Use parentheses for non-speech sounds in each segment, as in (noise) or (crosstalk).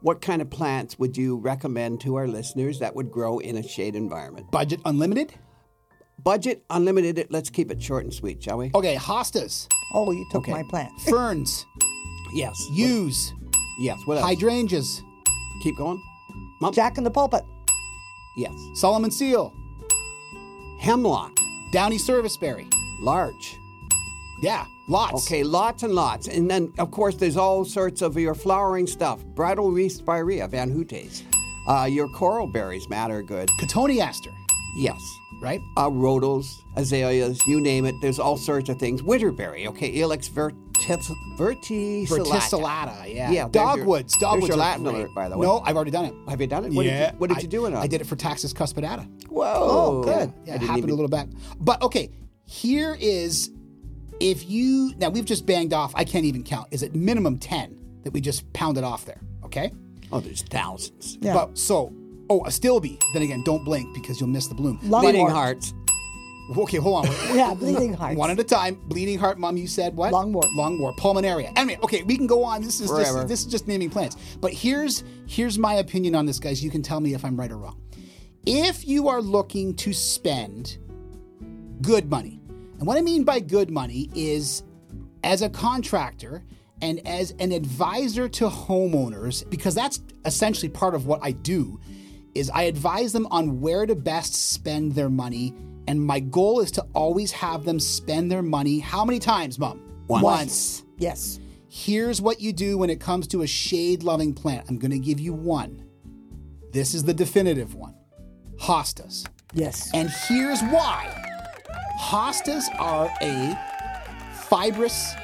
what kind of plants would you recommend to our listeners that would grow in a shade environment? Budget unlimited? Budget unlimited. Let's keep it short and sweet, shall we? Okay, hostas, Oh, you took Okay. my plants. ferns, Yes. yews, Yes. What else? hydrangeas, keep going. Mump. Jack in the pulpit. Yes. Solomon seal, Hemlock. downy serviceberry. Larch. Yeah, lots. Okay, lots and lots. And then, of course, there's all sorts of your flowering stuff. Bridal wreath spirea, Van Hutes. Uh, your coral berries, Matt, are good. Cotoneaster, Yes. right? Uh, rhodals, azaleas, you name it. There's all sorts of things. Winterberry, okay. Ilex vertis, verticillata. Verticillata, Yeah, yeah. there's your- Dogwoods. there's Dogwoods your are Latin great. alert, by the way. No, I've already done it. Have you done it? What Did you, what did I, you do in I did it for Taxus cuspidata. Whoa. Oh, good. Yeah, I it didn't happened even- a little back. But okay, here is if you now we've just banged off, I can't even count. Is it minimum 10 that we just pounded off there? Okay. Oh, there's thousands. Yeah. But so, oh, a stilby. Then again, don't blink because you'll miss the bloom. Bleeding Longwort. hearts. Okay, hold on. (laughs) (laughs) Yeah, bleeding hearts. One at a time. Bleeding heart, mom. You said what? Longwort. Longwort. Pulmonaria. Anyway, okay, we can go on. This is Forever. just, this is just naming plants. But here's here's my opinion on this, guys. You can tell me if I'm right or wrong. If you are looking to spend good money, and what I mean by good money is as a contractor and as an advisor to homeowners because that's essentially part of what I do is I advise them on where to best spend their money and my goal is to always have them spend their money how many times mom Once. Yes. here's what you do when it comes to a shade loving plant I'm going to give you one this is the definitive one hostas Yes. and here's why hostas are a fibrous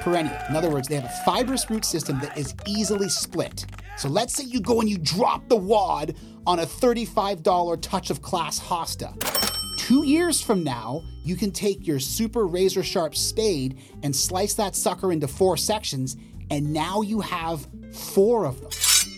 perennial. In other words, they have a fibrous root system that is easily split. So let's say you go and you drop the wad on a $35 touch of class hosta. Two years from now, you can take your super razor sharp spade and slice that sucker into four sections, and now you have four of them.